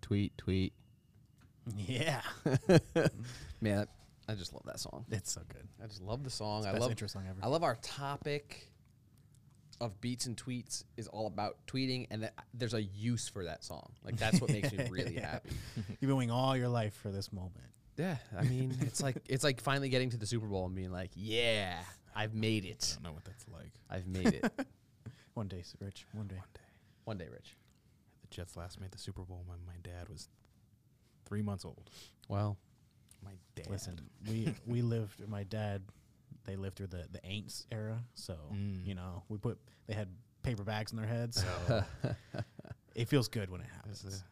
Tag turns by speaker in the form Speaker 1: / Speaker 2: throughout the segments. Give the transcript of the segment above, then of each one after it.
Speaker 1: tweet.
Speaker 2: Yeah,
Speaker 1: Man, I just love that song.
Speaker 2: it's so good.
Speaker 1: I just love the song.
Speaker 2: the
Speaker 1: I
Speaker 2: best
Speaker 1: love
Speaker 2: intro song ever.
Speaker 1: I love our topic of beats and tweets is all about tweeting, and that there's a use for that song. Like that's what makes me really happy.
Speaker 2: You've been waiting all your life for this moment.
Speaker 1: Yeah, I mean, it's like it's like finally getting to the Super Bowl and being like, yeah, I've made it.
Speaker 3: don't know what that's like.
Speaker 1: I've made it.
Speaker 2: One day, Rich. One day.
Speaker 1: One day, Rich.
Speaker 3: The Jets last made the Super Bowl when my dad was three months old.
Speaker 1: Well,
Speaker 3: My dad.
Speaker 2: Listen, we we lived. My dad, they lived through the the Aints era. So
Speaker 3: Mm.
Speaker 2: you know, we put they had paper bags in their heads. So it feels good when it happens.
Speaker 3: there's a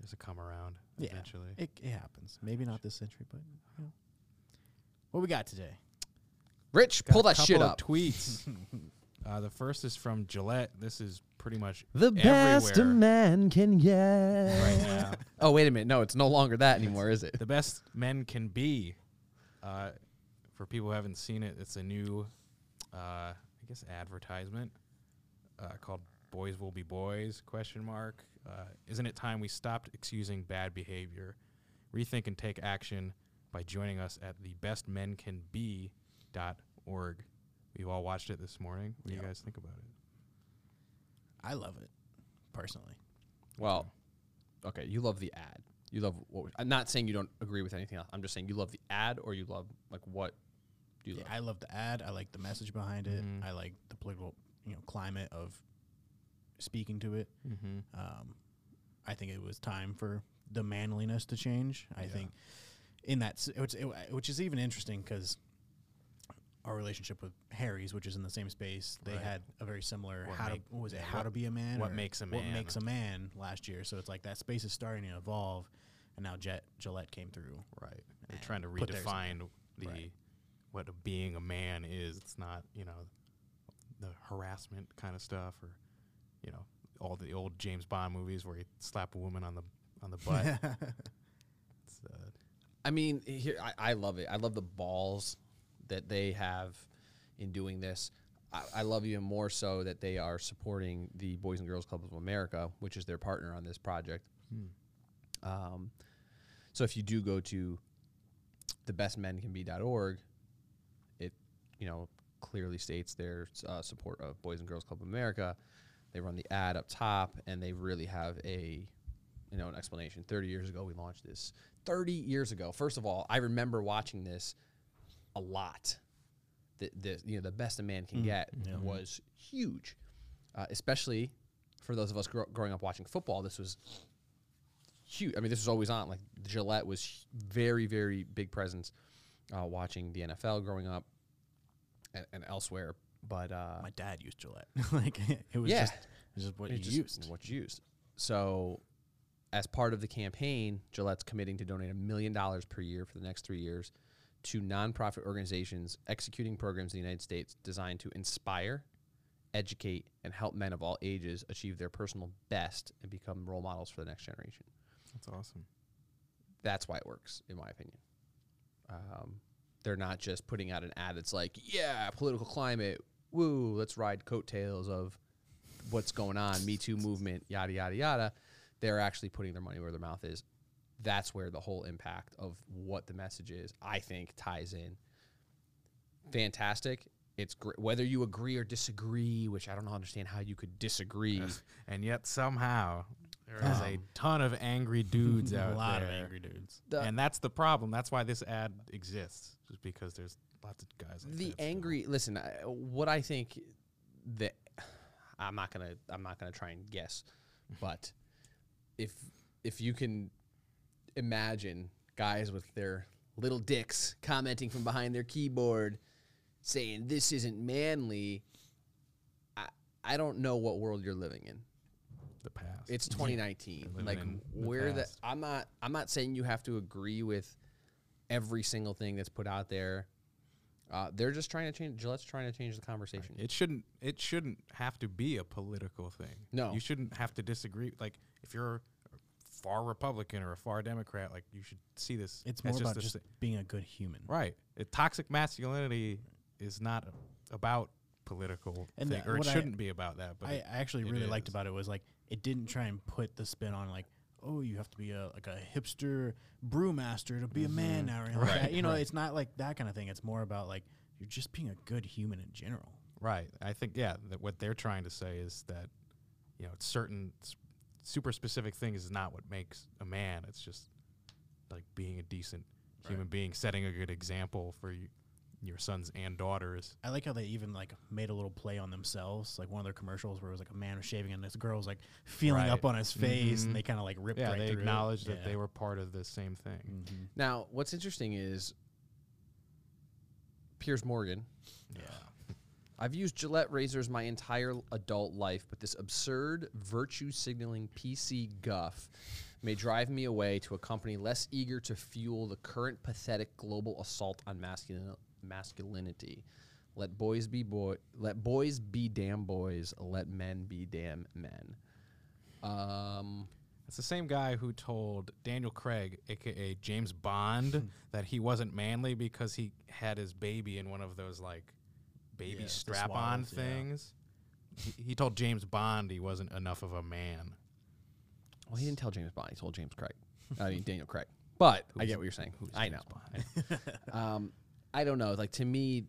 Speaker 3: there's a come around
Speaker 2: Yeah.
Speaker 3: eventually.
Speaker 2: It, it happens. Maybe not this century, but you know. what we got today?
Speaker 1: Rich,
Speaker 3: Got
Speaker 1: pull
Speaker 3: a
Speaker 1: that shit
Speaker 3: couple of
Speaker 1: up.
Speaker 3: Tweets. uh, the first is from Gillette. This is pretty much
Speaker 1: The best a
Speaker 3: everywhere
Speaker 1: man can get.
Speaker 3: right now.
Speaker 1: Oh wait a minute! No, it's no longer that anymore, is it?
Speaker 3: the best men can be. Uh, for people who haven't seen it, it's a new, uh, I guess, advertisement uh, called "Boys Will Be Boys?" Question mark. Uh, isn't it time we stopped excusing bad behavior, rethink and take action by joining us at the bestmencanbe.org. We've all watched it this morning. What do
Speaker 2: Yep.
Speaker 3: you guys think about it?
Speaker 2: I love it personally.
Speaker 1: Well, okay, you love the ad. You love what? We, I'm not saying you don't agree with anything else. I'm just saying you love the ad, or you love like what do you
Speaker 2: Yeah,
Speaker 1: love?
Speaker 2: I love the ad. I like the message behind it.
Speaker 3: Mhm.
Speaker 2: I like the political, you know, climate of speaking to it.
Speaker 3: Mm-hmm.
Speaker 2: Um, I think it was time for the manliness to change. I
Speaker 3: Yeah.
Speaker 2: think in that, s- which, it, which is even interesting because our relationship with Harry's, which is in the same space, they
Speaker 3: Right.
Speaker 2: had a very similar
Speaker 3: What
Speaker 2: how
Speaker 3: make-
Speaker 2: to what was it
Speaker 3: yeah,
Speaker 2: how
Speaker 3: what-
Speaker 2: to be a man.
Speaker 3: what
Speaker 2: or
Speaker 3: makes a
Speaker 2: What
Speaker 3: man.
Speaker 2: makes a man last year. So it's like that space is starting to evolve, and now Jet Gillette came through.
Speaker 3: Right. They're
Speaker 2: and
Speaker 3: trying to
Speaker 2: put theirs in
Speaker 3: redefine the
Speaker 2: Right.
Speaker 3: what a being a man is. It's not, you know, the harassment kind of stuff or you know, all the old James Bond movies where he slap a woman on the on the butt. it's, uh,
Speaker 1: I mean, here I, I love it. I love the balls that they have in doing this. I, I love even more so that they are supporting the Boys and Girls Club of America, which is their partner on this project. Um, so if you do go to thebestmencanbe.org, it you know clearly states their uh, support of Boys and Girls Club of America. They run the ad up top, and they really have a you know an explanation. Thirty years ago, we launched this. Thirty years ago, first of all, I remember watching this a lot. The, the you know the best a man can get was huge, uh, especially for those of us grow growing up watching football. This was huge. I mean, this was always on. Like Gillette was h- very, very big presence uh, watching the NFL growing up and, and elsewhere. But uh,
Speaker 2: My dad used Gillette. like it was
Speaker 1: Yeah.
Speaker 2: just it was just what
Speaker 1: it's
Speaker 2: you
Speaker 1: just
Speaker 2: used.
Speaker 1: what you used. So, as part of the campaign, Gillette's committing to donate a million dollars per year for the next three years to nonprofit organizations executing programs in the United States designed to inspire, educate, and help men of all ages achieve their personal best and become role models for the next generation.
Speaker 3: that's awesome.
Speaker 1: that's why it works, in my opinion. Um, they're not just putting out an ad that's like, yeah, political climate, woo, let's ride coattails of what's going on, Me Too movement, yada, yada, yada. They're actually putting their money where their mouth is. That's where the whole impact of what the message is, I think, ties in. Fantastic. It's great. Whether you agree or disagree, which I don't understand how you could disagree.
Speaker 3: And yet somehow there is a ton of angry dudes
Speaker 2: a
Speaker 3: out there.
Speaker 2: lot of angry dudes.
Speaker 1: The-
Speaker 3: and that's the problem. That's why this ad exists, just because there's lots of guys. Like
Speaker 1: the
Speaker 3: that still.
Speaker 1: angry listen I, what i think that i'm not gonna i'm not gonna try and guess but if if you can imagine guys with their little dicks commenting from behind their keyboard saying this isn't manly i i don't know what world you're living in
Speaker 3: the past.
Speaker 1: it's 2019
Speaker 3: living
Speaker 1: like
Speaker 3: in the
Speaker 1: where the
Speaker 3: past.
Speaker 1: i'm not i'm not saying you have to agree with every single thing that's put out there uh, they're just trying to change gillette's trying to change the conversation
Speaker 3: It shouldn't. It shouldn't have to be a political thing.
Speaker 1: No.
Speaker 3: you shouldn't have to disagree. Like if you're a far Republican or a far Democrat, like you should see this.
Speaker 2: It's
Speaker 3: as
Speaker 2: more about
Speaker 3: this
Speaker 2: just
Speaker 3: thing.
Speaker 2: being a good human.
Speaker 3: right. It, toxic masculinity is not about political
Speaker 2: And
Speaker 3: thing,
Speaker 2: that-
Speaker 3: or it
Speaker 2: what I-
Speaker 3: shouldn't be about that. But
Speaker 2: I I
Speaker 3: it-
Speaker 2: actually
Speaker 3: it
Speaker 2: really liked
Speaker 3: is.
Speaker 2: about it was like it didn't try and put the spin on like oh, you have to be a like a hipster brewmaster to be
Speaker 3: Mm-hmm.
Speaker 2: a man now, or anything like that. You know, it's not like that kind of thing. It's more about like you're just being a good human in general.
Speaker 3: Right. I think yeah, that what they're trying to say is that you know, it's certain s- super specific things is not what makes a man. It's just like being a decent human being, setting a good example for you, your sons and daughters.
Speaker 2: I like how they even like made a little play on themselves. Like one of their commercials where it was like a man was shaving and this girl was like feeling
Speaker 3: Right.
Speaker 2: up on his face,
Speaker 3: Mhm.
Speaker 2: and they kind of like ripped.
Speaker 3: Yeah,
Speaker 2: right
Speaker 3: they
Speaker 2: through it.
Speaker 3: acknowledged that
Speaker 2: Yeah.
Speaker 3: they were part of the same thing.
Speaker 2: Mhm.
Speaker 1: Now, what's interesting is Piers Morgan.
Speaker 3: Yeah.
Speaker 1: I've used Gillette razors my entire adult life, but this absurd virtue signaling PC guff may drive me away to a company less eager to fuel the current pathetic global assault on masculin- masculinity. Let boys be boy. Let boys be damn boys. Let men be damn men. Um,
Speaker 3: It's the same guy who told Daniel Craig, aka James
Speaker 2: Hmm.
Speaker 3: Bond, that he wasn't manly because he had his baby in one of those like baby
Speaker 2: Yeah, the
Speaker 3: strap-on
Speaker 2: swaddles, yeah.
Speaker 3: things. He, he told James Bond he wasn't enough of a man.
Speaker 1: well, he didn't tell James Bond. He told James Craig. I mean Daniel Craig. But I
Speaker 3: Who's-
Speaker 1: get what you're saying.
Speaker 3: who's
Speaker 1: I know.
Speaker 3: James Bond?
Speaker 1: um, I don't know. Like to me,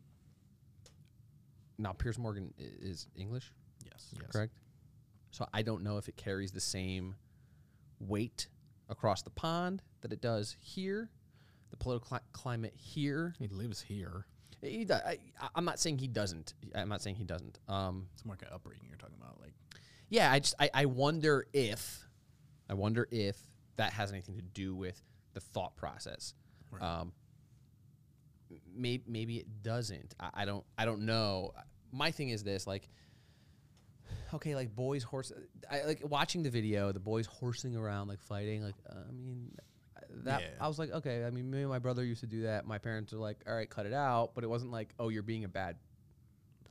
Speaker 1: now Piers Morgan i- is English,
Speaker 2: Yes.
Speaker 3: Yes.
Speaker 1: correct? So I don't know if it carries the same weight across the pond that it does here. The political cli- climate here.
Speaker 3: He lives here.
Speaker 1: He, do- I, I- I'm not saying he doesn't. I'm not saying he doesn't. Um,
Speaker 2: It's more like an upbringing you're talking about. Like,
Speaker 1: yeah, I just I, I wonder if I wonder if that has anything to do with the thought process.
Speaker 2: Right.
Speaker 1: Um, maybe maybe it doesn't. I, I don't I don't know. My thing is this like okay like boys horse I like watching the video the boys horsing around like fighting like uh, I mean that
Speaker 2: Yeah.
Speaker 1: I was like okay I mean me and my brother used to do that my parents were like all right cut it out but it wasn't like oh you're being a bad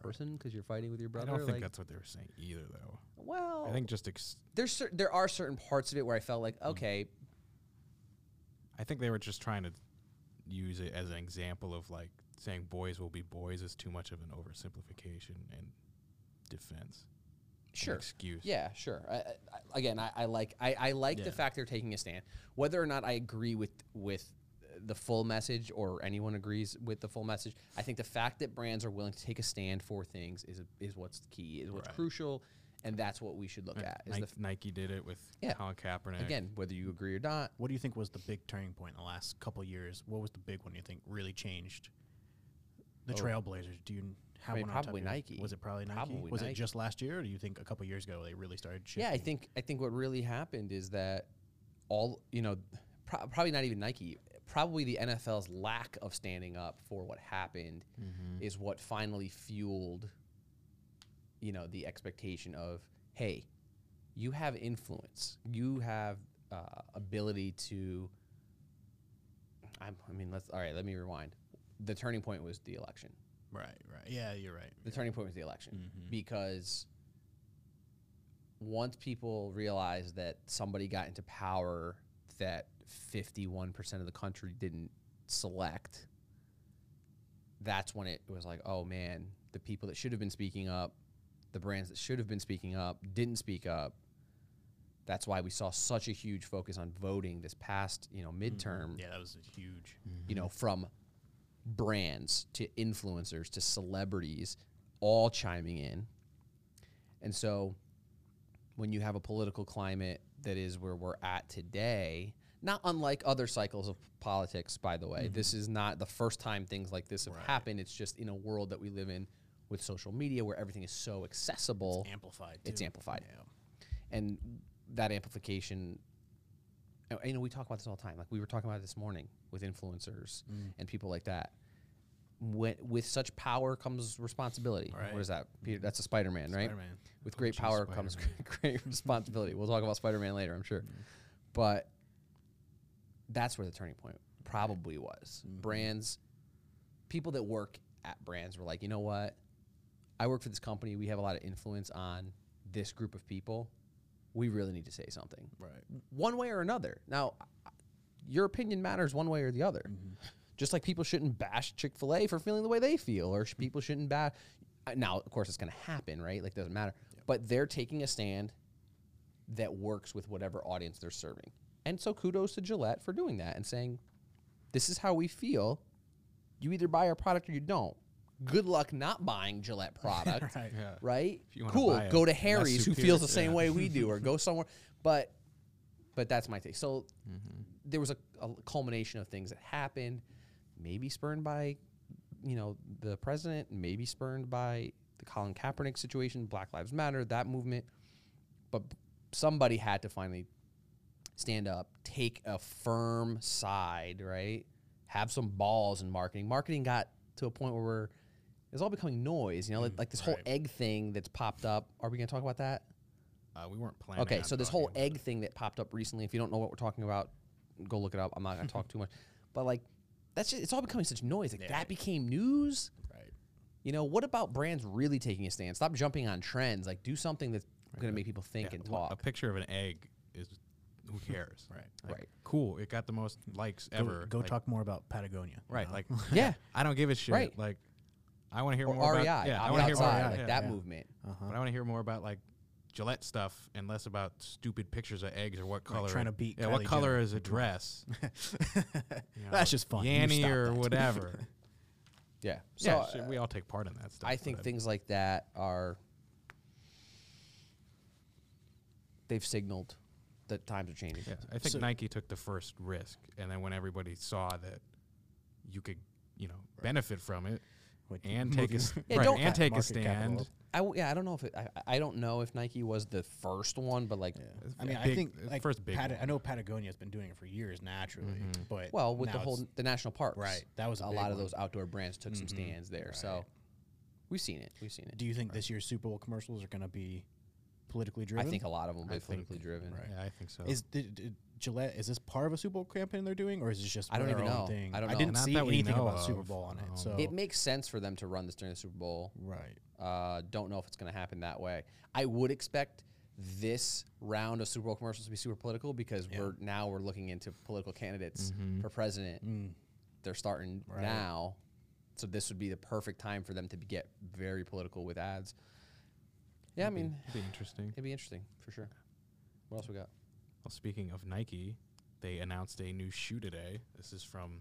Speaker 1: person because you're fighting with your brother
Speaker 3: I don't think
Speaker 1: like Oh.
Speaker 3: that's what they were saying either, though.
Speaker 1: well
Speaker 3: I think just ex-
Speaker 1: there's cer- there are certain parts of it where I felt like okay,
Speaker 3: I think they were just trying to use it as an example of like saying boys will be boys is too much of an oversimplification and defense. An
Speaker 1: sure,
Speaker 3: excuse.
Speaker 1: yeah, sure. I, I, I- again, I, I like I, I like
Speaker 2: Yeah.
Speaker 1: the fact they're taking a stand. Whether or not I agree with with the full message or anyone agrees with the full message, I think the fact that brands are willing to take a stand for things is is what's key, is what's
Speaker 3: Right.
Speaker 1: crucial, and that's what we should look
Speaker 3: Ni-
Speaker 1: at. Is
Speaker 3: Nike,
Speaker 1: the f-
Speaker 3: Nike did it with
Speaker 1: Yeah.
Speaker 3: Colin Kaepernick.
Speaker 1: again whether you agree or not.
Speaker 2: what do you think was the big turning point in the last couple of years? What was the big one you think really changed? The
Speaker 1: Oh.
Speaker 2: Trailblazers. Do you n- have
Speaker 1: I mean,
Speaker 2: one? on top
Speaker 1: probably
Speaker 2: of your-
Speaker 1: Nike.
Speaker 2: Was it probably Nike?
Speaker 1: Probably
Speaker 2: was
Speaker 1: Nike.
Speaker 2: it just last year, or do you think a couple of years ago they really started? Shifting?
Speaker 1: Yeah, I think I think what really happened is that all you know, pro- probably not even Nike, probably the NFL's lack of standing up for what happened
Speaker 2: Mm-hmm.
Speaker 1: is what finally fueled, you know, the expectation of hey, you have influence, you have uh, ability to. I'm, I mean, let's all right. Let me rewind. The turning point was the election.
Speaker 2: Right. Right. Yeah, you're right.
Speaker 1: The turning point Mm-hmm. was the election because once people realized that somebody got into power that 51% of the country didn't select, that's when it was like, oh man, the people that should have been speaking up, the brands that should have been speaking up, didn't speak up. That's why we saw such a huge focus on voting this past, you know, midterm
Speaker 2: Mm-hmm. Yeah, that was a huge.
Speaker 1: you know, from brands to influencers to celebrities all chiming in. And so when you have a political climate that is where we're at today, not unlike other cycles of politics, by the way, this is not the first time things like this have happened. It's just in a world that we live in with social media where everything is so accessible
Speaker 2: Amplified.
Speaker 1: Mm-hmm. it's
Speaker 2: too.
Speaker 1: amplified.
Speaker 2: Yeah.
Speaker 1: and that amplification and, you know we talk about this all the time like we were talking about it this morning with influencers and people like that when, with such power comes responsibility
Speaker 2: Right.
Speaker 1: what is that Peter, that's a spider-man right
Speaker 2: Spider-Man.
Speaker 1: with great
Speaker 3: Which is
Speaker 1: power comes
Speaker 3: Spider-Man.
Speaker 1: great responsibility we'll talk about spider-man later i'm sure but that's where the turning point probably was brands people that work at brands were like you know what I work for this company. We have a lot of influence on this group of people. We really need to say something,
Speaker 2: Right.
Speaker 1: one way or another. Now, I- your opinion matters one way or the other. Just like people shouldn't bash Chick Fil A for feeling the way they feel, or sh- people shouldn't uh, bash. Now, of course, it's going to happen, right? Like, doesn't matter. But they're taking a stand that works with whatever audience they're serving. And so kudos to Gillette for doing that and saying, this is how we feel. You either buy our product or you don't. Good luck not buying Gillette product,
Speaker 2: Right.
Speaker 3: Yeah.
Speaker 1: right?
Speaker 3: If you wanna
Speaker 1: Cool.
Speaker 3: buy a
Speaker 1: Go to
Speaker 3: less
Speaker 1: Harry's, who
Speaker 3: superior-
Speaker 1: feels the same
Speaker 3: yeah.
Speaker 1: way we do, or go somewhere. But, but that's my take. So
Speaker 3: Mm-hmm.
Speaker 1: there was a, a culmination of things that happened, maybe spurned by, you know, the president, maybe spurned by the Colin Kaepernick situation, Black Lives Matter, that movement. But somebody had to finally stand up, take a firm side, right? Have some balls in marketing. Marketing got to a point where we're, it's all becoming noise, you know, like, like this whole
Speaker 3: Mm, right.
Speaker 1: egg thing that's popped up. Are we going to talk about that?
Speaker 3: Uh, we weren't planning.
Speaker 1: Okay,
Speaker 3: on
Speaker 1: so this
Speaker 3: talking
Speaker 1: whole
Speaker 3: about
Speaker 1: egg thing that popped up recently, if you don't know what we're talking about, go look it up. I'm not going to talk too much. But like that's just, it's all becoming such noise. Like that became news.
Speaker 2: Right.
Speaker 1: You know, what about brands really taking a stand? Stop jumping on trends. Like do something that's going to make people think
Speaker 3: Yeah,
Speaker 1: and
Speaker 3: wha- A
Speaker 1: talk.
Speaker 3: picture of an egg is who cares,
Speaker 2: Right.
Speaker 3: Like,
Speaker 1: Right.
Speaker 3: Cool. It got the most likes
Speaker 2: Go-
Speaker 3: ever.
Speaker 2: Go
Speaker 3: like,
Speaker 2: talk more about Patagonia. Uh-huh.
Speaker 3: Right.
Speaker 2: No.
Speaker 3: Like
Speaker 1: Yeah.
Speaker 3: I don't give a shit.
Speaker 1: Right.
Speaker 3: Like I want to hear
Speaker 1: Or E
Speaker 3: more
Speaker 1: REI.
Speaker 3: about yeah. I
Speaker 1: I'm
Speaker 3: want to hear more
Speaker 1: outside.
Speaker 3: about
Speaker 1: like
Speaker 3: yeah.
Speaker 1: that
Speaker 2: yeah.
Speaker 1: movement.
Speaker 2: uh-huh.
Speaker 3: But I want to hear more about like Gillette stuff and less about stupid pictures of eggs or what color.
Speaker 2: trying to beat
Speaker 3: Yeah, what
Speaker 2: Kylie
Speaker 3: color
Speaker 2: Jenner.
Speaker 3: is a dress? You know,
Speaker 2: That's just fun. You
Speaker 3: Yanny
Speaker 2: stop
Speaker 3: or
Speaker 2: that.
Speaker 3: whatever.
Speaker 1: Yeah. So
Speaker 3: yeah,
Speaker 1: uh,
Speaker 3: shit, we all take part in that stuff.
Speaker 1: I think
Speaker 3: but
Speaker 1: things like that are they've signaled that times are changing.
Speaker 3: Yeah, I think
Speaker 2: So-
Speaker 3: Nike took the first risk, and then when everybody saw that you could, you know, benefit from it
Speaker 2: Which
Speaker 3: and
Speaker 2: move
Speaker 3: take a
Speaker 2: your-
Speaker 3: s-
Speaker 1: Yeah,
Speaker 3: right,
Speaker 1: don't-
Speaker 3: and take a
Speaker 2: Market capital
Speaker 3: stand.
Speaker 2: up.
Speaker 1: I w- yeah, I don't know if it, I I don't know if Nike was the first one, but like
Speaker 2: I mean, I
Speaker 3: big-
Speaker 2: think
Speaker 3: it's
Speaker 2: like
Speaker 3: first big
Speaker 2: Pata- I
Speaker 3: one.
Speaker 2: know Patagonia has been doing it for years naturally, but
Speaker 1: Mm-hmm. Well, with the
Speaker 2: now
Speaker 1: whole
Speaker 2: it's-
Speaker 1: the national parks,
Speaker 2: Right, that was a
Speaker 1: a
Speaker 2: big
Speaker 1: lot of
Speaker 2: one.
Speaker 1: those outdoor brands took some stands there. So we've seen it. We've seen it.
Speaker 2: do you think this year's Super Bowl commercials are going to be politically
Speaker 1: I
Speaker 2: driven?
Speaker 1: think a lot of them will be politically driven.
Speaker 3: Yeah, I think so.
Speaker 2: is did, did Gillette is this part of a Super Bowl campaign they're doing, or is this just
Speaker 1: I don't
Speaker 2: their
Speaker 1: even
Speaker 2: own
Speaker 1: know.
Speaker 2: thing?
Speaker 1: I don't
Speaker 2: I
Speaker 1: know.
Speaker 2: didn't
Speaker 3: Not
Speaker 2: see
Speaker 3: that we
Speaker 2: anything
Speaker 3: know
Speaker 2: about Super
Speaker 3: of.
Speaker 2: Bowl on it,
Speaker 3: Um,
Speaker 2: so
Speaker 1: It makes sense for them to run this during the Super Bowl.
Speaker 2: right.
Speaker 1: Uh, don't know if it's going to happen that way. I would expect this round of Super Bowl commercials to be super political because we're now we're looking into political candidates
Speaker 3: Mm-hmm.
Speaker 1: for president.
Speaker 2: Mm.
Speaker 1: They're starting now, so this would be the perfect time for them to be, get very political with ads. Yeah, I mean,
Speaker 3: It'd be interesting.
Speaker 1: it'd be interesting for sure. What else we got?
Speaker 3: Well, speaking of Nike, they announced a new shoe today. This is from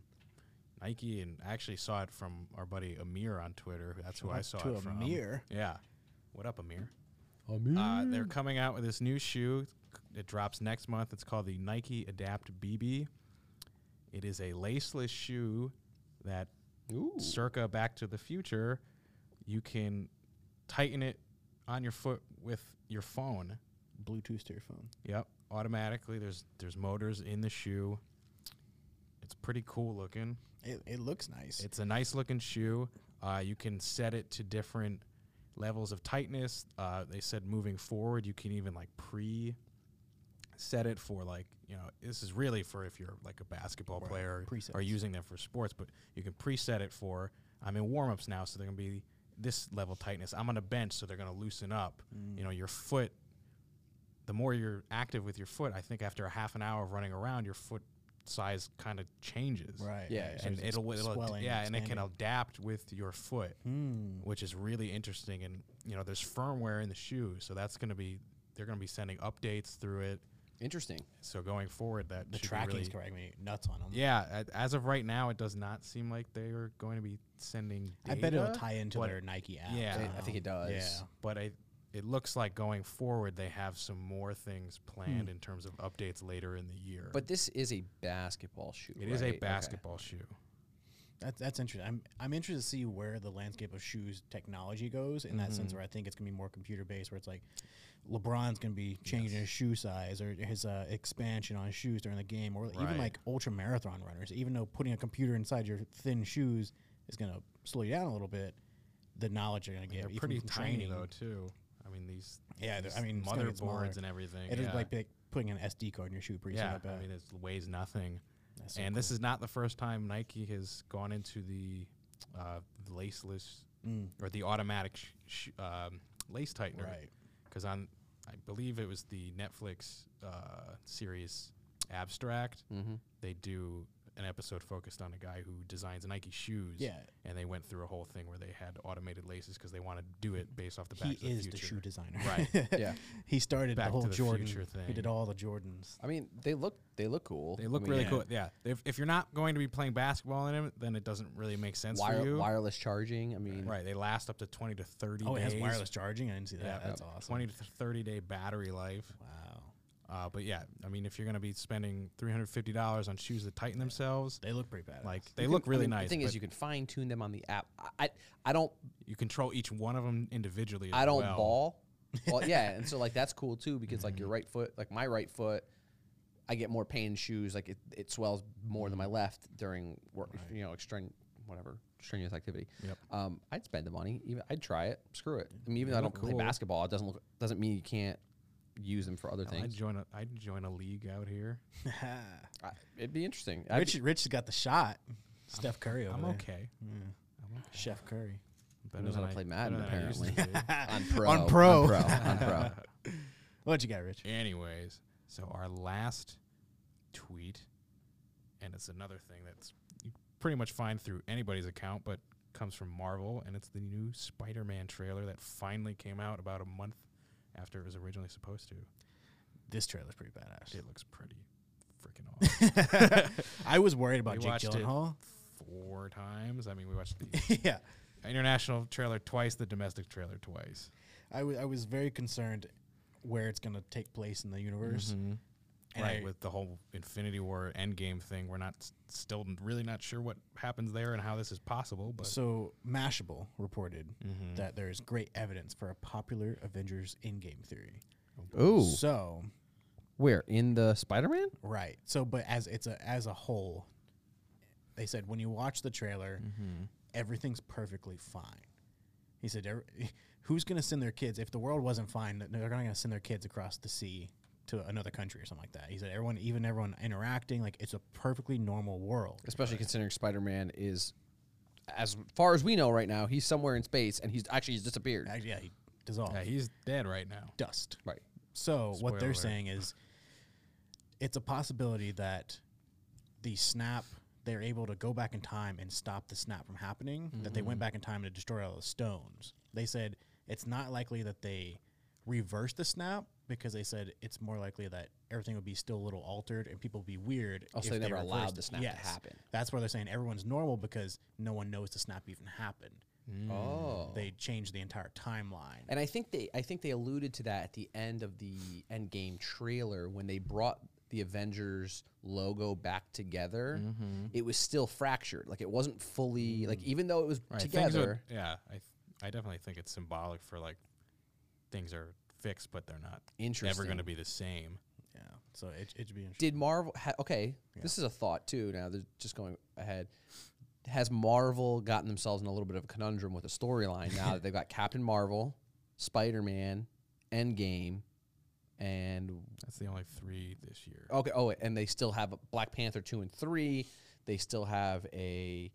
Speaker 3: Nike, and I actually saw it from our buddy Amir on Twitter. That's who
Speaker 2: Shout
Speaker 3: I
Speaker 2: out
Speaker 3: saw
Speaker 2: to
Speaker 3: it from.
Speaker 2: Amir.
Speaker 3: Yeah. What up, Amir? Uh, they're coming out with this new shoe. It drops next month. It's called the Nike Adapt BB. It is a laceless shoe that,
Speaker 1: Ooh.
Speaker 3: circa Back to the Future, you can tighten it on your foot with your phone.
Speaker 2: Bluetooth to your phone.
Speaker 3: Yep, automatically. There's there's motors in the shoe. It's pretty cool looking.
Speaker 2: It, it looks nice.
Speaker 3: It's a nice looking shoe. Uh, you can set it to different levels of tightness. Uh, they said moving forward, you can even like pre set it for like you know this is really for if you're like a basketball player or
Speaker 2: presets.
Speaker 3: using them for sports, but you can preset it for I'm in warm ups now, so they're gonna be this level tightness. I'm on a bench, so they're gonna loosen up.
Speaker 2: Mm.
Speaker 3: You know your foot. The more you're active with your foot, I think after a half an hour of running around, your foot size kind of changes
Speaker 2: right.
Speaker 1: Yeah,
Speaker 2: right.
Speaker 1: yeah.
Speaker 2: So
Speaker 3: and
Speaker 2: it's
Speaker 3: it'll,
Speaker 2: ex-
Speaker 3: it'll ad-
Speaker 2: swelling,
Speaker 3: yeah, and it can
Speaker 2: expanding. Hmm.
Speaker 3: adapt with your foot, which is really interesting. And you know, there's firmware in the shoe, so that's going to be they're going to be sending updates through it.
Speaker 1: Interesting.
Speaker 3: So going forward, that
Speaker 2: the
Speaker 3: should be
Speaker 2: tracking's
Speaker 3: really-
Speaker 2: driving me nuts on them.
Speaker 3: Yeah, a- as of right now, it does not seem like they are going to be sending. Data,
Speaker 2: I bet it'll tie into
Speaker 3: but-
Speaker 2: their Nike app.
Speaker 3: Yeah.
Speaker 1: I- I think it does.
Speaker 2: Yeah.
Speaker 3: but I. It looks like going forward, they have some more things
Speaker 2: Hmm.
Speaker 3: planned in terms of updates later in the year.
Speaker 1: But this is a basketball shoe.
Speaker 3: it is
Speaker 1: right?
Speaker 3: a
Speaker 1: Okay.
Speaker 3: basketball shoe.
Speaker 2: That's that's interesting. I'm I'm interested to see where the landscape of shoes technology goes in that
Speaker 3: Mm-hmm.
Speaker 2: sense. Where I think it's gonna be more computer based. Where it's like LeBron's gonna be changing his shoe size or his uh, expansion on his shoes during the game, or
Speaker 3: Right.
Speaker 2: even like ultra marathon runners. Even though putting a computer inside your thin shoes is gonna slow you down a little bit, the knowledge you're gonna get.
Speaker 3: They're
Speaker 2: even
Speaker 3: pretty
Speaker 2: from
Speaker 3: tiny
Speaker 2: training-
Speaker 3: though too. I mean these.
Speaker 2: Yeah, they're-
Speaker 3: these
Speaker 2: I mean it's gonna get smaller.
Speaker 3: motherboards and everything.
Speaker 2: It'll be
Speaker 3: yeah.
Speaker 2: like pick- putting an SD card in your shoe pretty
Speaker 3: Yeah,
Speaker 2: soon. I
Speaker 3: I
Speaker 2: bet.
Speaker 3: mean, it weighs nothing.
Speaker 2: That's so
Speaker 3: and this is not the first time Nike has gone into the uh, laceless or the automatic sh- sh- um, lace tightener.
Speaker 2: mm, Right.
Speaker 3: Because on, I believe it
Speaker 2: Mm-hmm.
Speaker 3: was the Netflix uh, series Abstract, they do an episode focused on a guy who designs Nike shoes.
Speaker 2: Yeah.
Speaker 3: and they went through a whole thing where they had automated laces because they wanted to do it based off the Back
Speaker 2: he
Speaker 3: to the
Speaker 2: is the
Speaker 3: Future.
Speaker 2: shoe designer.
Speaker 3: Right.
Speaker 1: Yeah.
Speaker 2: he started
Speaker 3: Back
Speaker 2: the
Speaker 3: to
Speaker 2: whole
Speaker 3: the
Speaker 2: Jordan.
Speaker 3: Future
Speaker 2: He did
Speaker 3: thing.
Speaker 2: all the Jordans.
Speaker 1: I mean, they look they look cool.
Speaker 3: They
Speaker 1: I
Speaker 3: look
Speaker 1: mean,
Speaker 3: really
Speaker 2: yeah.
Speaker 3: cool. Yeah. If, if you're not going to be playing basketball in it, then it doesn't really make sense for
Speaker 1: Wire,
Speaker 3: you.
Speaker 1: wireless charging. I mean,
Speaker 3: Right. They last up to 20 to 30
Speaker 2: Oh, it
Speaker 3: days.
Speaker 2: has wireless charging. I didn't see that.
Speaker 3: Yeah.
Speaker 2: That's awesome.
Speaker 3: 20 to 30 day battery life.
Speaker 2: Wow.
Speaker 3: Uh, but yeah, I mean, if you're going to be spending $350 on shoes that tighten themselves,
Speaker 2: They look pretty bad.
Speaker 3: like they
Speaker 1: you
Speaker 3: look
Speaker 1: can- I
Speaker 3: really
Speaker 1: mean,
Speaker 3: nice.
Speaker 1: The thing is,
Speaker 3: but
Speaker 1: you can fine tune them on the app. I- I I don't
Speaker 3: you control each one of them individually. as
Speaker 1: I don't
Speaker 3: well. Mm-hmm.
Speaker 1: ball. Well, yeah, and so like that's cool too because like your right foot, like my right foot, I get more pain in shoes. Like it, it swells more than my
Speaker 3: Mm-hmm.
Speaker 1: left during work, you know, extreme whatever strenuous activity.
Speaker 3: Yep.
Speaker 1: Um, I'd spend the money. Even I'd try it. Screw it. I mean, even though I
Speaker 3: They look
Speaker 1: don't
Speaker 3: cool.
Speaker 1: play basketball, it doesn't look doesn't mean you can't use them for other
Speaker 3: I'd
Speaker 1: things.
Speaker 3: join a I'd join a league out here.
Speaker 1: I, it'd be interesting. I'd
Speaker 2: Rich, Rich has got the shot. Steph Curry over
Speaker 3: I'm
Speaker 2: there.
Speaker 3: okay. I'm okay.
Speaker 2: Chef Curry.
Speaker 3: Better
Speaker 1: knows
Speaker 3: than
Speaker 1: how to
Speaker 3: I-
Speaker 1: play Madden,
Speaker 3: better than I used to
Speaker 1: apparently. be on pro.
Speaker 2: On pro.
Speaker 1: On pro. on pro.
Speaker 2: What you got, Rich?
Speaker 3: do. Anyways, so our last tweet, and it's another thing that's you pretty much find through anybody's account, but comes from Marvel, and it's the new Spider-Man trailer that finally came out about a month after it was originally supposed to.
Speaker 2: This trailer's pretty badass.
Speaker 3: It looks pretty freaking awesome.
Speaker 2: I was worried about
Speaker 3: We
Speaker 2: Jake
Speaker 3: watched it.
Speaker 2: Gyllenhaal.
Speaker 3: Four times. I mean, we watched the
Speaker 2: yeah.
Speaker 3: international trailer twice, the domestic trailer twice.
Speaker 2: I wa- I was very concerned where it's going to take place in the universe.
Speaker 1: Mm-hmm.
Speaker 2: And
Speaker 3: right
Speaker 2: I-
Speaker 3: with the whole infinity war endgame thing we're not s- still n- really not sure what happens there and how this is possible but
Speaker 2: So Mashable reported that there is great evidence for a popular Avengers in-game theory.
Speaker 1: Ooh,
Speaker 2: So
Speaker 1: where in the Spider-Man?
Speaker 2: right. So but as it's a as a whole, they said when you watch the trailer, everything's perfectly fine. He said, "Every- "Who's going to send their kids if the world wasn't fine? th- They're not going to send their kids across the sea to another country or something like that." He said, "Everyone, even everyone interacting, like it's a perfectly normal world."
Speaker 1: especially considering Spider-Man is, as far as we know right now, he's somewhere in space and he's actually he's disappeared.
Speaker 2: Actually, yeah, he dissolved.
Speaker 3: yeah, he's dead right now
Speaker 2: dust.
Speaker 1: Right.
Speaker 2: So what they're
Speaker 3: Spoiler.
Speaker 2: saying is, it's a possibility that the snap they're able to go back in time and stop the snap from happening. That they went back in time to destroy all the stones. They said it's not likely that they reversed the snap because they said it's more likely that everything would be still a little altered and people would be weird.
Speaker 1: Also, Oh, they never allowed
Speaker 2: reversed
Speaker 1: the
Speaker 2: it.
Speaker 1: snap to happen.
Speaker 2: That's where they're saying everyone's normal because no one knows the snap even happened.
Speaker 1: Oh.
Speaker 2: They changed the entire timeline.
Speaker 1: And I think they I think they alluded to that at the end of the Endgame trailer when they brought the Avengers logo back together.
Speaker 3: Hmm.
Speaker 1: It was still fractured. Like it wasn't fully like even though it was
Speaker 3: right things are-
Speaker 1: together.
Speaker 3: yeah I, th- I definitely think it's symbolic for like things are fixed but they're not ever going
Speaker 1: Interesting.
Speaker 3: to be the same
Speaker 2: yeah. So it it should be interesting.
Speaker 1: Did Marvel ha- okay, this is a thought too. Now they're just going ahead. Has Marvel gotten themselves in a little bit of a conundrum with a storyline now that they've got Captain Marvel, Spider-Man, Endgame, and
Speaker 3: that's the only three this year
Speaker 1: Okay. Oh, and they still have Black Panther two and three. They still have a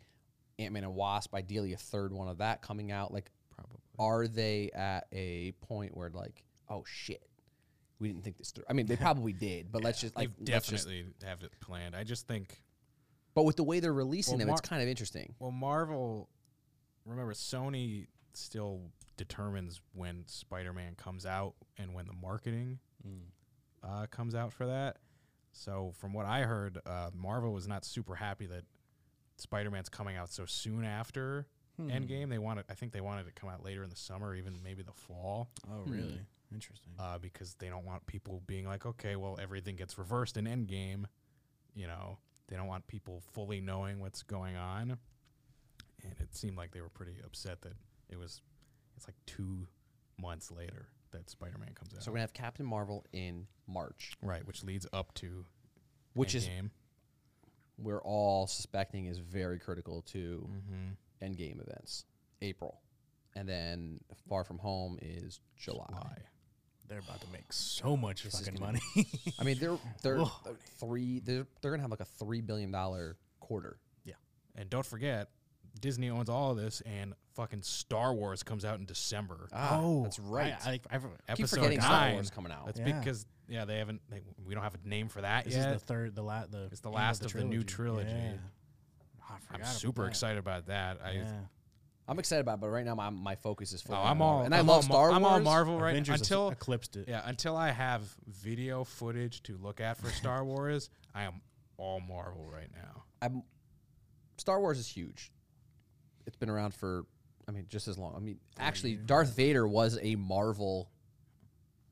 Speaker 1: Ant Man and Wasp. Ideally, a third one of that coming out. Like,
Speaker 3: probably
Speaker 1: are they at a point where like, oh shit, we didn't think this through? I mean, they probably did, but let's just
Speaker 3: they
Speaker 1: like let's just-
Speaker 3: definitely have it planned i just think
Speaker 1: but with the way they're releasing
Speaker 3: Well,
Speaker 1: them,
Speaker 3: Mar-
Speaker 1: it's kind of interesting.
Speaker 3: Well, Marvel, remember Sony still determines when Spider-Man comes out and when the marketing
Speaker 2: mm.
Speaker 3: uh, comes out for that. So from what I heard, uh, Marvel was not super happy that Spider-Man's coming out so soon after
Speaker 1: Hmm.
Speaker 3: Endgame. They wanted, I think they wanted it to come out later in the summer, even maybe the fall,
Speaker 2: Oh, really? Interesting.
Speaker 3: uh, because they don't want people being like, okay, well everything gets reversed in Endgame. You know, they don't want people fully knowing what's going on and it seemed like they were pretty upset that it was it's like two months later that spider-man comes out
Speaker 1: So we're gonna have Captain Marvel in March,
Speaker 3: right which leads up to
Speaker 1: which is
Speaker 3: Endgame.
Speaker 1: we're all suspecting is very critical to
Speaker 3: Mm-hmm.
Speaker 1: Endgame events. April, and then Far From Home is July.
Speaker 3: why
Speaker 2: They're about to make so much
Speaker 1: is
Speaker 2: fucking
Speaker 1: gonna
Speaker 2: money.
Speaker 1: I mean, they're they're uh, three. They're they're gonna have like a three billion dollar quarter.
Speaker 2: yeah.
Speaker 3: and don't forget disney owns all of this and fucking star wars comes out in december
Speaker 1: Ah, that's right.
Speaker 2: Oh, I, I, I,
Speaker 3: episode
Speaker 1: forgetting Star
Speaker 3: 9
Speaker 1: Wars coming out.
Speaker 3: that's
Speaker 2: Yeah.
Speaker 3: because yeah, they haven't. They, we don't have a name for that
Speaker 2: This
Speaker 3: yet.
Speaker 2: is the third, the la- the
Speaker 3: It's the
Speaker 2: end
Speaker 3: last of the new trilogy.
Speaker 2: Yeah. Oh, I forgot
Speaker 3: I'm
Speaker 2: about
Speaker 3: super
Speaker 2: that.
Speaker 3: excited about that. I,
Speaker 2: Yeah.
Speaker 1: I'm excited about, it, but right now my, my focus is
Speaker 3: oh,
Speaker 1: fully. on
Speaker 3: I'm
Speaker 1: Marvel.
Speaker 3: all
Speaker 1: and I
Speaker 3: I'm
Speaker 1: love
Speaker 3: all,
Speaker 1: Star
Speaker 3: Mar- I'm
Speaker 1: Wars.
Speaker 3: all Marvel right
Speaker 2: Avengers
Speaker 3: until
Speaker 2: eclipsed it.
Speaker 3: yeah until I have video footage to look at for Star Wars. I am all Marvel right now.
Speaker 1: I'm, Star Wars is huge. It's been around for, I mean, just as long. I mean, actually, Darth Vader was a Marvel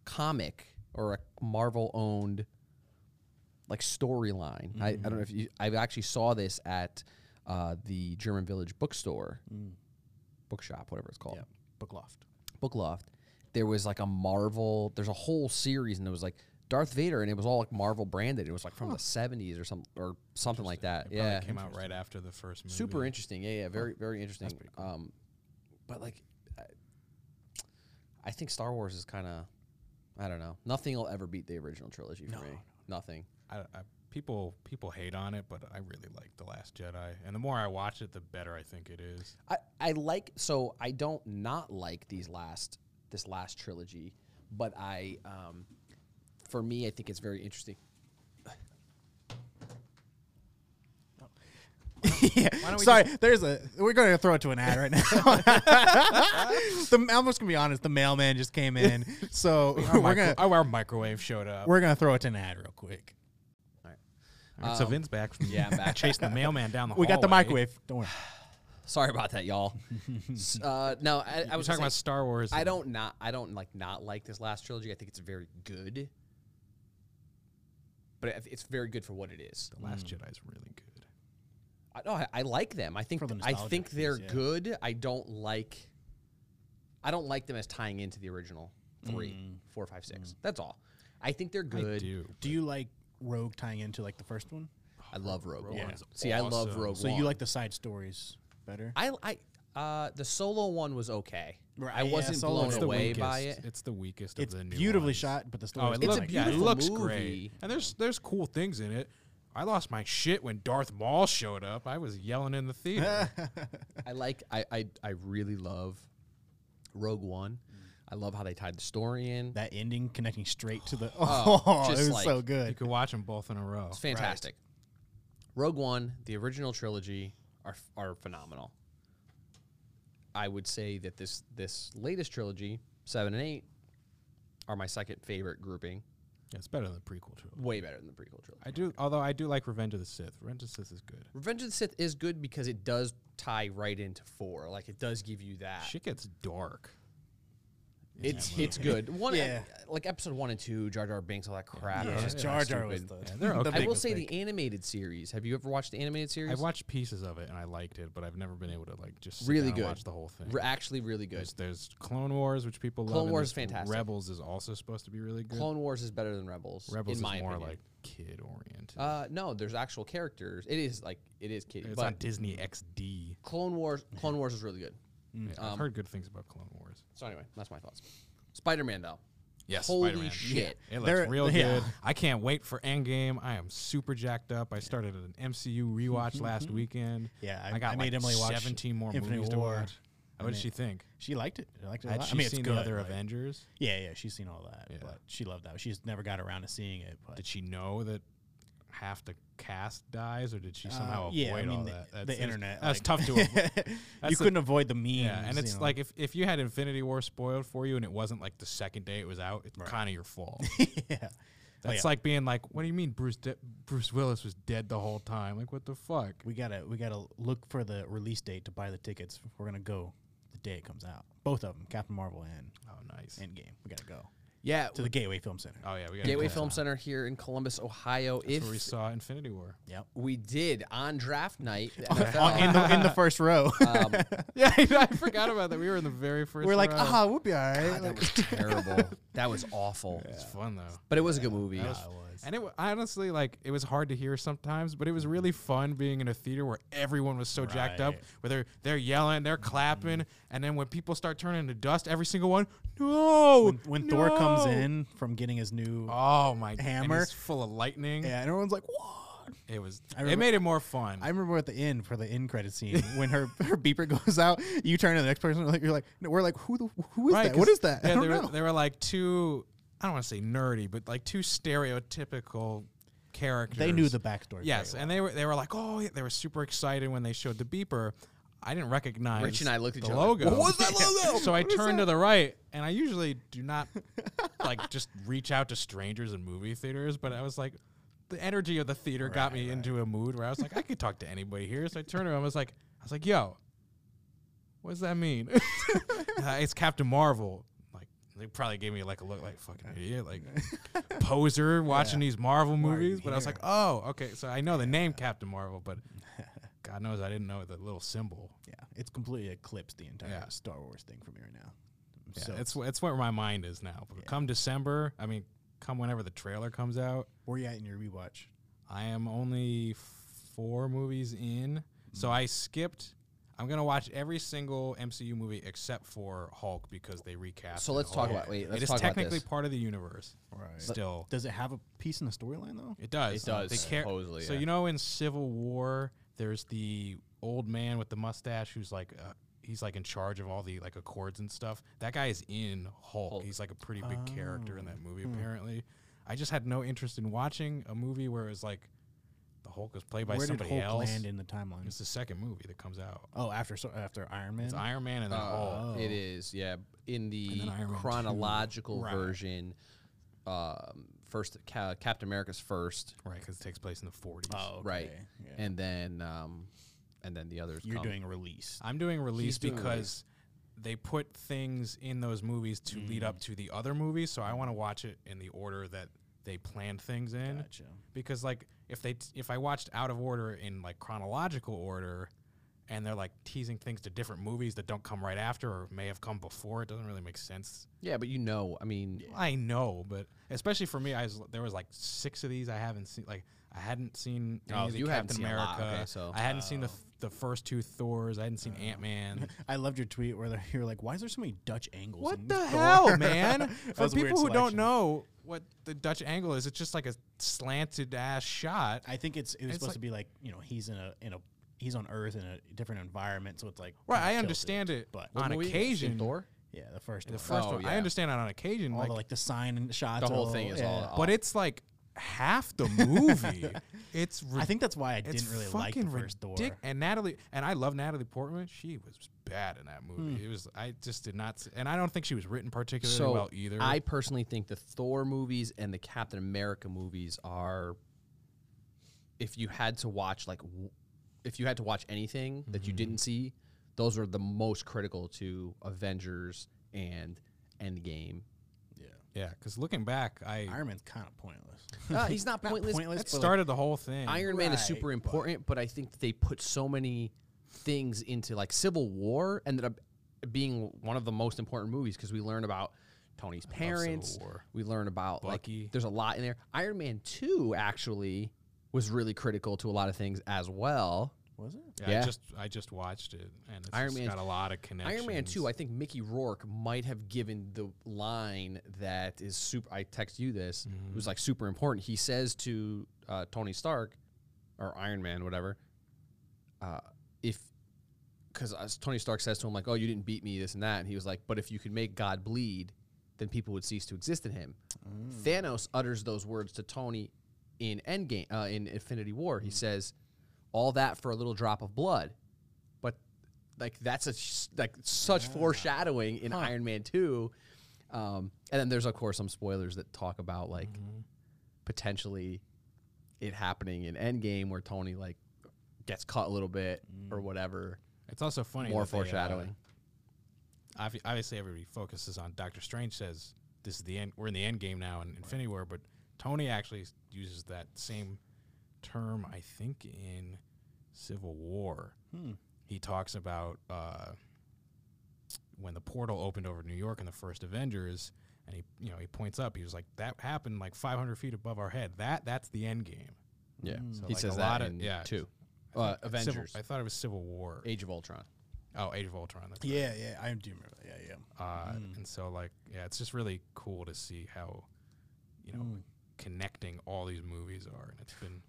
Speaker 1: comic or a Marvel owned like storyline. I, I don't know if you, I actually saw this at uh, the German Village bookstore,
Speaker 3: Mm.
Speaker 1: bookshop, whatever it's called,
Speaker 2: Yeah. Book loft.
Speaker 1: book loft. There was like a Marvel, there's a whole series, and it was like Darth Vader, and it was all like Marvel branded. It was like from the 70s or some or something like that.
Speaker 3: Probably
Speaker 1: yeah.
Speaker 3: came out right after the first movie.
Speaker 1: Super interesting. Yeah, yeah, very, very interesting. Um, but like, I, I think Star Wars is kind of, I don't know. Nothing will ever beat the original trilogy for me. Nothing.
Speaker 3: I, I, people people hate on it, but I really like the Last Jedi, and the more I watch it, the better I think it is.
Speaker 1: I, I like so I don't not like these last this last trilogy, but I um, for me I think it's very interesting.
Speaker 2: yeah.
Speaker 3: don't we
Speaker 2: Sorry, there's a. We're going to throw it to an ad right now. the, I'm just gonna be honest. The mailman just came in, so
Speaker 3: Our,
Speaker 2: we're
Speaker 3: micro-
Speaker 2: gonna
Speaker 3: our microwave showed up.
Speaker 2: we're gonna throw it to an ad real quick.
Speaker 3: All right, so Vin's back. From
Speaker 1: Um, yeah, I'm back.
Speaker 3: chasing the mailman down the.
Speaker 2: We got the
Speaker 3: hallway.
Speaker 2: microwave. Don't worry.
Speaker 1: Sorry about that, y'all. S- uh, no, I, I
Speaker 3: I was
Speaker 1: was
Speaker 3: talking
Speaker 1: gonna
Speaker 3: about
Speaker 1: say,
Speaker 3: Star Wars.
Speaker 1: I
Speaker 3: and-
Speaker 1: don't not I don't like not like this last trilogy. I think it's very good, but it- it's very good for what it is.
Speaker 3: The Last Jedi's really good.
Speaker 1: I, no, I, I like them. I think
Speaker 2: For the
Speaker 1: I
Speaker 2: nostalgia
Speaker 1: think they're
Speaker 2: piece, yeah.
Speaker 1: good. I don't like I don't like them as tying into the original three, four, five, six. That's all. I think they're good.
Speaker 3: I do.
Speaker 2: Mm. Do you like Rogue tying into like the first one?
Speaker 1: I love Rogue,
Speaker 3: Rogue
Speaker 1: One.
Speaker 2: One's
Speaker 1: See, I love
Speaker 3: awesome.
Speaker 1: Rogue
Speaker 2: So
Speaker 1: One.
Speaker 2: you like the side stories better?
Speaker 1: I I uh, the solo one was okay.
Speaker 2: Right,
Speaker 1: I
Speaker 2: yeah,
Speaker 1: wasn't
Speaker 2: Solo
Speaker 1: blown
Speaker 2: was
Speaker 3: It's
Speaker 2: the
Speaker 1: away
Speaker 3: weakest.
Speaker 1: by it.
Speaker 3: It's the weakest
Speaker 2: It's
Speaker 3: of the new
Speaker 2: beautifully
Speaker 3: ones.
Speaker 2: shot, but the story.
Speaker 3: Oh,
Speaker 2: is
Speaker 3: it
Speaker 1: It's
Speaker 3: looks,
Speaker 1: a
Speaker 3: yeah, it
Speaker 1: beautiful
Speaker 3: looks
Speaker 1: movie.
Speaker 3: great. And there's there's cool things in it. I lost my shit when Darth Maul showed up. I was yelling in the theater.
Speaker 1: I like I, I I really love Rogue One. I love how they tied the story in.
Speaker 2: that ending connecting straight to the.
Speaker 1: Oh,
Speaker 2: Oh,
Speaker 1: just
Speaker 2: it was
Speaker 1: like-
Speaker 2: so
Speaker 3: you
Speaker 2: good.
Speaker 3: could watch them both in a row.
Speaker 1: It's fantastic. Rogue One, the original trilogy are f- are phenomenal. I would say that this this latest trilogy, 7 and 8 are my second favorite grouping,
Speaker 3: Yeah, it's better than the prequel trilogy.
Speaker 1: way better than the prequel trilogy.
Speaker 3: I do, although I do like Revenge of the Sith. Revenge of the Sith is good.
Speaker 1: Revenge of the Sith is good because it does tie right into 4. Like it does give you that.
Speaker 3: Shit gets dark.
Speaker 1: It's it's good. One
Speaker 2: Yeah.
Speaker 1: like episode 1 and 2, Jar Jar Binks all that crap.
Speaker 2: Yeah,
Speaker 1: It's
Speaker 2: just Jar Jar was the.
Speaker 1: stupid.
Speaker 3: they're
Speaker 2: the
Speaker 3: okay.
Speaker 1: I
Speaker 2: big
Speaker 1: will say
Speaker 2: mistake.
Speaker 1: the animated series. Have you ever watched the animated series?
Speaker 3: I've watched pieces of it and I liked it, but I've never been able to like just sit
Speaker 1: really
Speaker 3: down and
Speaker 1: good.
Speaker 3: watch the whole thing.
Speaker 1: Re- actually really good.
Speaker 3: There's, there's Clone Wars, which people love.
Speaker 1: Clone
Speaker 3: and
Speaker 1: Wars
Speaker 3: there's
Speaker 1: is fantastic.
Speaker 3: Rebels is also supposed to be really good.
Speaker 1: Clone Wars is better than Rebels.
Speaker 3: Rebels
Speaker 1: in my
Speaker 3: is more
Speaker 1: opinion.
Speaker 3: like kid oriented.
Speaker 1: Uh, no, there's actual characters. It is like it is kiddie,
Speaker 3: it's
Speaker 1: but
Speaker 3: on Disney XD.
Speaker 1: Clone Wars, Clone Wars is really good.
Speaker 2: Mm.
Speaker 3: Yeah,
Speaker 1: Um,
Speaker 3: I've heard good things about Clone Wars.
Speaker 1: So anyway, that's my thoughts. Spider Man though,
Speaker 3: Yes,
Speaker 1: holy shit!
Speaker 3: It looks
Speaker 2: They're-
Speaker 3: real
Speaker 2: yeah.
Speaker 3: good. I can't wait for Endgame. I am super jacked up. I started an MCU rewatch last weekend.
Speaker 2: Yeah, I-
Speaker 3: I, got
Speaker 2: I made
Speaker 3: like
Speaker 2: Emily watch
Speaker 3: 17 more
Speaker 2: Infinite
Speaker 3: movies
Speaker 2: War.
Speaker 3: to watch. What did she think?
Speaker 2: She liked it. She liked it. A
Speaker 3: Had
Speaker 2: lot.
Speaker 3: she
Speaker 2: I mean, it's
Speaker 3: seen
Speaker 2: good.
Speaker 3: the other
Speaker 2: like-
Speaker 3: Avengers?
Speaker 2: Yeah, yeah, she's seen all that,
Speaker 3: Yeah.
Speaker 2: but she loved that. She just never got around to seeing it. But
Speaker 3: Did she know that half the cast dies, or did she somehow
Speaker 2: Uh,
Speaker 3: avoid
Speaker 2: yeah, I mean,
Speaker 3: all
Speaker 2: the-
Speaker 3: that?
Speaker 2: the
Speaker 3: that's-
Speaker 2: internet,
Speaker 3: That's
Speaker 2: like-
Speaker 3: tough to avoid.
Speaker 2: you
Speaker 3: That's the-
Speaker 2: couldn't avoid the memes.
Speaker 3: Yeah, and it's
Speaker 2: you know.
Speaker 3: like if, if you had Infinity War spoiled for you and it wasn't like the second day it was out, it's kind of your fault.
Speaker 2: Oh, yeah.
Speaker 3: That's
Speaker 2: yeah.
Speaker 3: like being like, what do you mean Bruce De- Bruce Willis was dead the whole time? Like, what the fuck?
Speaker 2: we gotta we gotta look for the release date to buy the tickets. We're gonna go the day it comes out. Both of them, Captain Marvel and
Speaker 3: Oh, nice.
Speaker 2: Endgame. We gotta go
Speaker 1: Yeah,
Speaker 2: to the Gateway Film Center.
Speaker 3: oh yeah, we got
Speaker 1: Gateway Film Center here in Columbus, Ohio.
Speaker 3: That's
Speaker 1: if
Speaker 3: where we
Speaker 1: we,
Speaker 3: saw Infinity War.
Speaker 2: Yep.
Speaker 1: did on draft night, the
Speaker 2: On-
Speaker 1: NFL,
Speaker 2: in, the, in the first row,
Speaker 1: Um,
Speaker 3: Yeah, I forgot about that. We were in the very 1st
Speaker 2: we're like, ah, we'll be all right.
Speaker 1: that was terrible. That was awful.
Speaker 3: it's fun though.
Speaker 1: But it was a good movie.
Speaker 3: And it wa- honestly, like, it was hard to hear sometimes, but it was really fun being in a theater where everyone was so jacked up,
Speaker 2: Right. Mm-hmm.
Speaker 3: where they're they're yelling, they're clapping, and then when people start turning to dust, every single one, no.
Speaker 2: when when Thor comes
Speaker 3: no!"
Speaker 2: in from getting his new
Speaker 3: oh my and
Speaker 2: Hammer.
Speaker 3: he's full of lightning.
Speaker 2: yeah, and everyone's like, what?
Speaker 3: It was. it
Speaker 2: remember-
Speaker 3: made it more fun.
Speaker 2: I remember at the end for the end credit scene when her, her beeper goes out, you turn to the next person, like you're like, no, we're like, who the who is that? What
Speaker 3: 'cause-
Speaker 2: is that?
Speaker 3: Yeah,
Speaker 2: I don't
Speaker 3: there,
Speaker 2: know.
Speaker 3: Were, there were like two I don't want to say nerdy, but like two stereotypical characters.
Speaker 2: They knew the backstory.
Speaker 3: Yes,
Speaker 2: very
Speaker 3: and they were they were like, oh, yeah, they were super excited when they showed the beeper. I didn't recognize.
Speaker 1: Rich and I looked at
Speaker 3: the
Speaker 1: each other,
Speaker 3: logo.
Speaker 1: "What was that logo?
Speaker 3: so I turned to the right, and I usually do not like just reach out to strangers in movie theaters, but I was like, the energy of the theater got me into a mood where I was like, I could talk to anybody here. So I turned around, I was like, I was like, yo, what does that mean? uh, it's Captain Marvel. Like they probably gave me like a look, like fucking idiot, like poser watching these Marvel movies. But I was like, oh, okay. So I know the name Captain Marvel, but God knows I didn't know the little symbol.
Speaker 2: well. Yeah, it's completely eclipsed the entire
Speaker 3: Yeah.
Speaker 2: Star Wars thing from here now.
Speaker 3: Yeah,
Speaker 2: so
Speaker 3: it's it's where my mind is now. But Come December, I mean, come whenever the trailer comes out,
Speaker 2: where you at in your rewatch?
Speaker 3: I am only four movies in, so I skipped. I'm gonna watch every single MCU movie except for Hulk because they recast.
Speaker 1: So
Speaker 3: it
Speaker 1: let's talk
Speaker 3: all.
Speaker 1: about- wait,
Speaker 3: it
Speaker 1: let's
Speaker 3: is
Speaker 1: talk about
Speaker 3: technically
Speaker 1: this.
Speaker 3: part of the universe.
Speaker 2: Right.
Speaker 3: Still,
Speaker 2: Does it have a piece in the storyline though?
Speaker 3: it does.
Speaker 1: It does,
Speaker 3: They care-
Speaker 1: supposedly,
Speaker 3: so
Speaker 1: yeah.
Speaker 3: you know, in Civil War, there's the old man with the mustache who's like. Uh, He's like in charge of all the like accords and stuff. That guy is in Hulk.
Speaker 1: Hulk.
Speaker 3: He's like a pretty big character in that
Speaker 2: Oh.
Speaker 3: movie.
Speaker 2: Hmm.
Speaker 3: Apparently, I just had no interest in watching a movie where it was like the Hulk was played by
Speaker 2: Where did
Speaker 3: somebody
Speaker 2: Hulk
Speaker 3: else.
Speaker 2: land in the timeline?
Speaker 3: It's the second movie that comes out.
Speaker 2: Oh, after so, after Iron Man.
Speaker 3: It's Iron Man and then Hulk.
Speaker 1: Uh, It is, yeah. In the
Speaker 3: then Iron Man 2.
Speaker 1: chronological
Speaker 3: Right.
Speaker 1: version, um, first Ca- Captain America's first,
Speaker 3: Right, because it takes place in the 40s.
Speaker 2: oh,
Speaker 1: right,
Speaker 2: okay, yeah.
Speaker 1: and then um, and then the others.
Speaker 2: You're
Speaker 1: come.
Speaker 2: doing a release.
Speaker 3: I'm doing release
Speaker 1: doing
Speaker 3: because they put things in those movies to lead
Speaker 1: Mm.
Speaker 3: up to the other movies. So I want to watch it in the order that they planned things in.
Speaker 2: Gotcha.
Speaker 3: Because like if they t- if I watched out of order in like chronological order, and they're like teasing things to different movies that don't come right after or may have come before, it doesn't really make sense.
Speaker 1: yeah, but you know, I mean,
Speaker 3: I know, but especially for me, I was, there was like six of these I haven't seen. Like I hadn't seen any
Speaker 1: Oh,
Speaker 3: of the
Speaker 1: you haven't
Speaker 3: Captain
Speaker 1: seen a
Speaker 3: America.
Speaker 1: lot, okay, so- oh.
Speaker 3: I hadn't seen the th- the first two Thors. I hadn't seen Ant Man.
Speaker 2: I loved your tweet where you're like, "Why is there so many Dutch angles?" in
Speaker 3: What the
Speaker 2: Thor?"
Speaker 3: hell, man?
Speaker 2: That
Speaker 3: for
Speaker 2: was a weird
Speaker 3: people who don't
Speaker 2: selection.
Speaker 3: know what the Dutch angle is, it's just like a slanted ass shot.
Speaker 2: I think it's it was
Speaker 3: It's
Speaker 2: supposed
Speaker 3: like-
Speaker 2: to be like you know he's in a in a he's on Earth in a different environment, so it's like
Speaker 3: Right,
Speaker 2: kinda
Speaker 3: I
Speaker 2: tilted.
Speaker 3: understand it
Speaker 2: but
Speaker 3: on
Speaker 1: movie?
Speaker 3: occasion.
Speaker 1: In Thor,
Speaker 2: yeah, the first
Speaker 3: The
Speaker 2: one.
Speaker 3: first
Speaker 1: Oh,
Speaker 3: one,
Speaker 1: yeah.
Speaker 3: I understand it on occasion.
Speaker 2: all
Speaker 3: like,
Speaker 2: the like the sign and shots,
Speaker 1: the whole
Speaker 2: all-
Speaker 1: thing is
Speaker 2: yeah.
Speaker 1: all. all-
Speaker 3: but it's like half the movie. it's
Speaker 2: I think that's why I didn't really like the
Speaker 3: fucking
Speaker 2: first Thor.
Speaker 3: ridic- And Natalie, and I love Natalie Portman. She was bad in that
Speaker 2: Hmm.
Speaker 3: movie. It was I just did not, s- and I don't think she was written particularly
Speaker 1: so
Speaker 3: well either.
Speaker 1: I personally think the Thor movies and the Captain America movies are. If you had to watch like, w- if you had to watch anything that you didn't see, those are the most critical to Avengers and Endgame.
Speaker 2: Yeah,
Speaker 3: yeah, because looking back, I
Speaker 2: Iron Man's kind of pointless.
Speaker 1: Uh, he's not pointless.
Speaker 2: pointless,
Speaker 1: That's
Speaker 2: but, like,
Speaker 3: started the whole thing.
Speaker 1: Iron Man is
Speaker 2: Right,
Speaker 1: super
Speaker 2: but-
Speaker 1: important, but, I think that they put so many things into like Civil War ended up being one of the most important movies because we learn about Tony's parents.
Speaker 3: War.
Speaker 1: We learn about
Speaker 3: Bucky.
Speaker 1: like there's a lot in there. Iron Man two actually was really critical to a lot of things as well.
Speaker 2: Was it?
Speaker 3: Yeah, I
Speaker 1: Yeah.
Speaker 3: just I just watched it, and it's
Speaker 1: Iron
Speaker 3: just
Speaker 1: Man-
Speaker 3: got a lot of connections.
Speaker 1: Iron Man two, I think Mickey Rourke might have given the line that is super. I text you this. It
Speaker 3: Mm-hmm.
Speaker 1: was like super important. He says to uh, Tony Stark or Iron Man, whatever, uh, if because Tony Stark says to him like, "Oh, you didn't beat me, this and that," and he was like, "But if you could make God bleed, then people would cease to exist in him."
Speaker 3: Hmm.
Speaker 1: Thanos utters those words to Tony in Endgame, uh, in Infinity War.
Speaker 3: Hmm.
Speaker 1: He says, "All that for a little drop of blood," but like that's a s- like such foreshadowing in Iron Man Two. Um, and then there's of course some spoilers that talk about like
Speaker 3: Mm-hmm.
Speaker 1: potentially it happening in Endgame where Tony like gets caught a little bit
Speaker 3: Mm.
Speaker 1: or whatever.
Speaker 3: It's also funny.
Speaker 1: More
Speaker 3: that they, uh,
Speaker 1: foreshadowing.
Speaker 3: obvi- obviously, everybody focuses on Doctor Strange. Says this is the end. We're in the end game now in Infinity War, but Tony actually s- uses that same term. I think in Civil War,
Speaker 2: Mm-hmm.
Speaker 3: he talks about uh, when the portal opened over New York in the first Avengers. And he, you know, he points up. He was like, "That happened like 500 feet above our head. That, that's the end game."
Speaker 1: Yeah,
Speaker 2: Mm.
Speaker 3: So,
Speaker 1: he
Speaker 3: mm, like,
Speaker 1: says
Speaker 3: a
Speaker 1: that
Speaker 3: lot of-
Speaker 1: in
Speaker 3: yeah.
Speaker 1: two.
Speaker 3: I
Speaker 1: Uh,
Speaker 3: think it's Civil-
Speaker 1: Avengers,
Speaker 3: I thought it was Civil War.
Speaker 1: Age of Ultron.
Speaker 3: Oh, Age of Ultron. That's
Speaker 2: Yeah, yeah, I do remember. That. Yeah, yeah.
Speaker 3: uh, and so like yeah it's just really cool to see how you know
Speaker 2: Mm.
Speaker 3: connecting all these movies are and it's been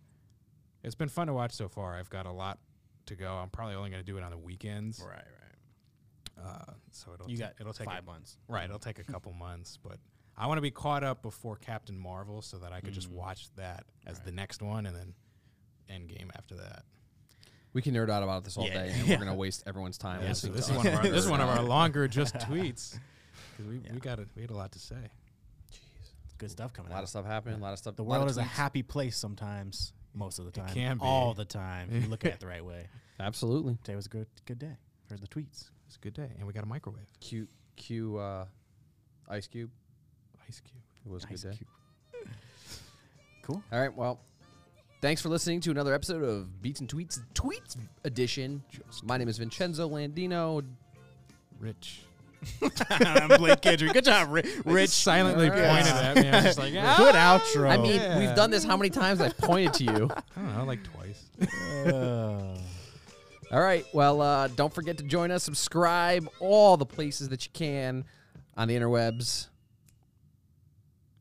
Speaker 3: it's been fun to watch so far i've got a lot to go i'm probably only going to do it on the weekends
Speaker 2: Right, right.
Speaker 3: uh, so it'll
Speaker 2: You
Speaker 3: ta-
Speaker 2: got
Speaker 3: it'll take
Speaker 2: five
Speaker 3: a,
Speaker 2: months.
Speaker 3: right it'll take a couple months but I want to be caught up before Captain Marvel so that I could just watch that as the next one and then Endgame after that.
Speaker 1: We can nerd out about this all
Speaker 2: Yeah.
Speaker 1: day, and
Speaker 2: Yeah.
Speaker 1: we're gonna waste everyone's time.
Speaker 3: Yeah, so
Speaker 1: listening
Speaker 3: this
Speaker 1: to us.
Speaker 3: is one of our this is one of our longer just tweets because we,
Speaker 2: Yeah.
Speaker 3: we got a, we had a lot to say.
Speaker 2: It's good stuff coming
Speaker 1: A lot
Speaker 2: out.
Speaker 1: of stuff happening. A lot of stuff.
Speaker 2: the
Speaker 1: lot of
Speaker 2: world is a
Speaker 1: tweets.
Speaker 2: happy place sometimes, most of the time.
Speaker 3: can be.
Speaker 2: All the time. if you look at it the right way.
Speaker 1: Absolutely.
Speaker 2: Today was a good good day. Heard the tweets.
Speaker 3: It's a good day, and we got a microwave
Speaker 1: Q Q uh, Ice Cube.
Speaker 3: ice cube.
Speaker 1: It was a
Speaker 2: Ice
Speaker 1: good day.
Speaker 2: Cube. Cool.
Speaker 1: All right. Well, thanks for listening to another episode of Beats and Tweets Tweets Edition. My name is Vincenzo Landino.
Speaker 3: Rich
Speaker 2: I'm Blake Kedry. Good job, Ri- Rich.
Speaker 3: silently
Speaker 1: Alright.
Speaker 3: pointed at me. I was just like, "Ah."
Speaker 2: Good outro.
Speaker 1: I mean, we've
Speaker 3: yeah.
Speaker 1: done this how many times? I've pointed to you.
Speaker 3: I don't know, like twice.
Speaker 2: Uh,
Speaker 1: All right. Well, uh, don't forget to join us. Subscribe all the places that you can on the interwebs.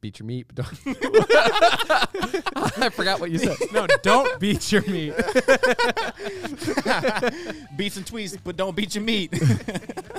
Speaker 1: Beat your meat. but Don't I forgot what you said.
Speaker 3: no, don't beat your meat.
Speaker 2: beats and tweets, but don't beat your meat.